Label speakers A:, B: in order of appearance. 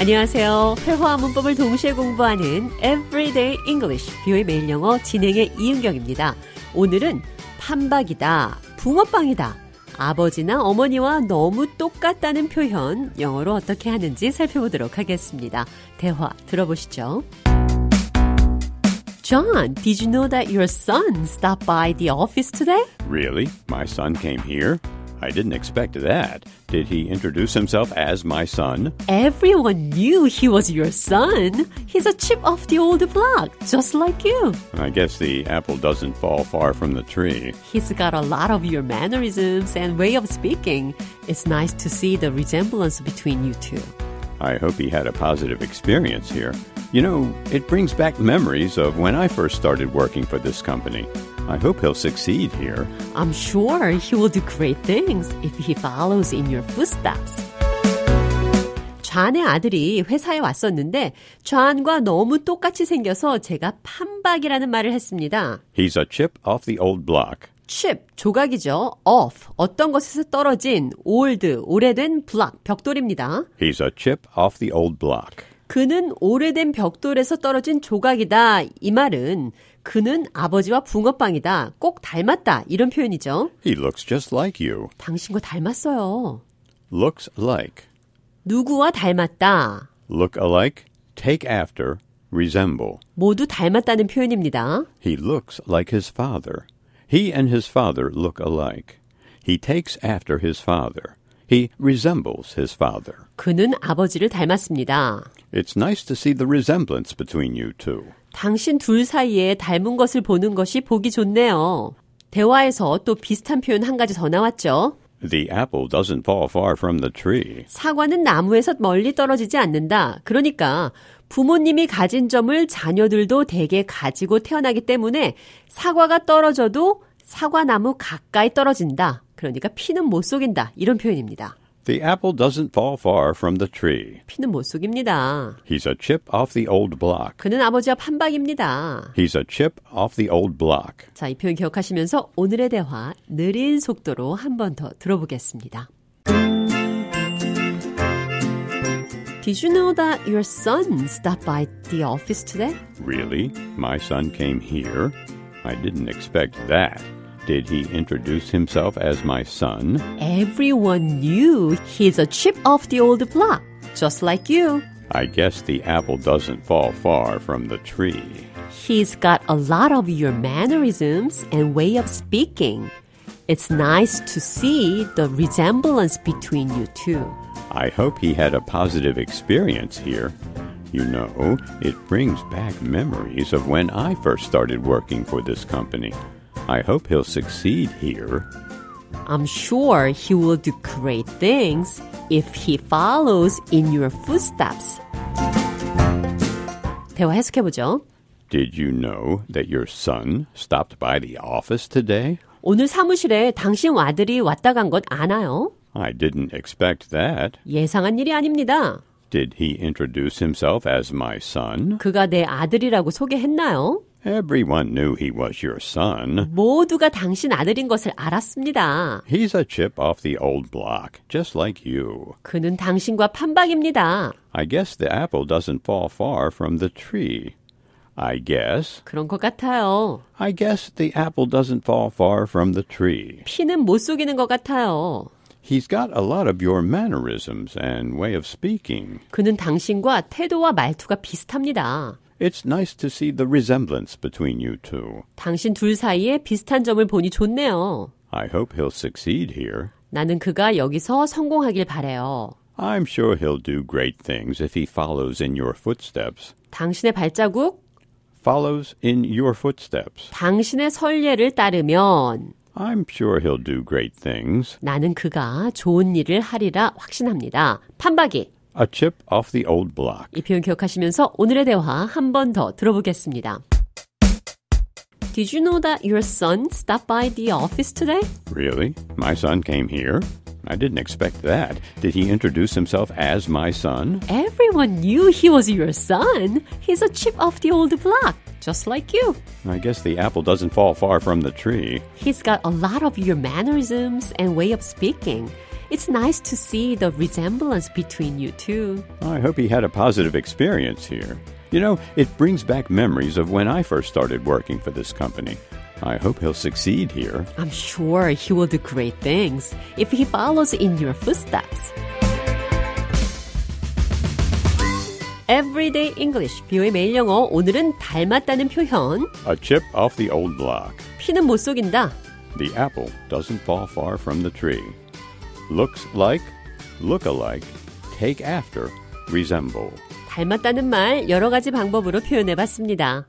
A: 안녕하세요. 회화와 문법을 동시에 공부하는 Everyday English, 뷰의 매일 영어 진행의 이은경입니다. 오늘은 판박이다, 붕어빵이다, 아버지나 어머니와 너무 똑같다는 표현, 영어로 어떻게 하는지 살펴보도록 하겠습니다. 대화 들어보시죠. John, did you know that your son stopped by the office today?
B: Really? My son came here? I didn't expect that. Did he introduce himself as my son?
A: Everyone knew he was your son. He's a chip off the old block, just like you.
B: I guess the apple doesn't fall far from the tree.
A: He's got a lot of your mannerisms and way of speaking. It's nice to see the resemblance between you two.
B: I hope he had a positive experience here. You know, it brings back memories of when I first started working for this company. I hope he'll succeed here.
A: I'm sure he will do great things if he follows in your footsteps. 좌의 아들이 회사에 왔었는데 좌안과 너무 똑같이 생겨서 제가 판박이라는 말을 했습니다.
B: He's a chip off the old block.
A: chip, 조각이죠. off, 어떤 것에서 떨어진 old, 오래된 block, 벽돌입니다.
B: He's a chip off the old block.
A: 그는 오래된 벽돌에서 떨어진 조각이다. 이 말은 그는 아버지와 붕어빵이다. 꼭 닮았다. 이런 표현이죠.
B: He looks just like you.
A: 당신과 닮았어요.
B: Looks like.
A: 누구와 닮았다.
B: Look alike. Take after. Resemble.
A: 모두 닮았다는 표현입니다.
B: He looks like his father. He and his father look alike. He takes after his father. He resembles his father.
A: 그는 아버지를 닮았습니다.
B: It's nice to see the resemblance between you two.
A: 당신 둘 사이에 닮은 것을 보는 것이 보기 좋네요. 대화에서 또 비슷한 표현 한 가지 더 나왔죠.
B: The apple doesn't fall far from the tree.
A: 사과는 나무에서 멀리 떨어지지 않는다. 그러니까 부모님이 가진 점을 자녀들도 대개 가지고 태어나기 때문에 사과가 떨어져도 사과나무 가까이 떨어진다. 그러니까 피는 못 속인다. 이런 표현입니다.
B: The apple doesn't fall far from the tree.
A: 피는 못 속입니다.
B: He's a chip off the old block.
A: 그는 아버지와 판박입니다.
B: He's a chip off the old block.
A: 자, 이 표현 기억하시면서 오늘의 대화 느린 속도로 한 번 더 들어보겠습니다. Did you know that your son stopped by the office today?
B: Really? My son came here? I didn't expect that. Did he introduce himself as my son?
A: Everyone knew he's a chip off the old block, just like you.
B: I guess the apple doesn't fall far from the tree.
A: He's got a lot of your mannerisms and way of speaking. It's nice to see the resemblance between you two.
B: I hope he had a positive experience here. You know, it brings back memories of when I first started working for this company. I hope he'll succeed here.
A: I'm sure he will do great things if he follows in your footsteps. 대화 해석해 보죠.
B: Did you know that your son stopped by the office today?
A: 오늘 사무실에 당신 아들이 왔다 간 것 아나요?
B: I didn't expect that.
A: 예상한 일이 아닙니다.
B: Did he introduce himself as my son?
A: 그가 내 아들이라고 소개했나요?
B: Everyone knew he was your son.
A: 모두가 당신 아들인 것을 알았습니다.
B: He's a chip off the old block, just like you.
A: 그는 당신과 판박입니다.
B: I guess the apple doesn't fall far from the tree. I guess.
A: 그런 것 같아요.
B: I guess the apple doesn't fall far from the tree.
A: 피는 못 속이는 것 같아요.
B: He's got a lot of your mannerisms and way of speaking.
A: 그는 당신과 태도와 말투가 비슷합니다.
B: It's nice to see the resemblance between you two.
A: 당신 둘 사이에 비슷한 점을 보니 좋네요.
B: I hope he'll succeed here.
A: 나는 그가 여기서 성공하길 바래요.
B: I'm sure he'll do great things if he follows in your footsteps.
A: 당신의 발자국,
B: Follows in your footsteps.
A: 당신의 설례를 따르면
B: I'm sure he'll do great things.
A: 나는 그가 좋은 일을 하리라 확신합니다. 판박이
B: A chip off the old block.
A: 이 표현 기억하시면서 오늘의 대화 한 번 더 들어보겠습니다. Did you know that your son stopped by the office today?
B: Really? My son came here? I didn't expect that. Did he introduce himself as my son?
A: Everyone knew he was your son. He's a chip off the old block, just like you.
B: I guess the apple doesn't fall far from the tree.
A: He's got a lot of your mannerisms and way of speaking. It's nice to see the resemblance between you two.
B: I hope he had a positive experience here. You know, it brings back memories of when I first started working for this company. I hope he'll succeed here.
A: I'm sure he will do great things if he follows in your footsteps. Everyday English, 뷰의 매일 영어. 오늘은 닮았다는 표현.
B: A chip off the old block.
A: 피는 못 속인다.
B: The apple doesn't fall far from the tree. Looks like, look alike, take after, resemble.
A: 닮았다는 말 여러 가지 방법으로 표현해 봤습니다.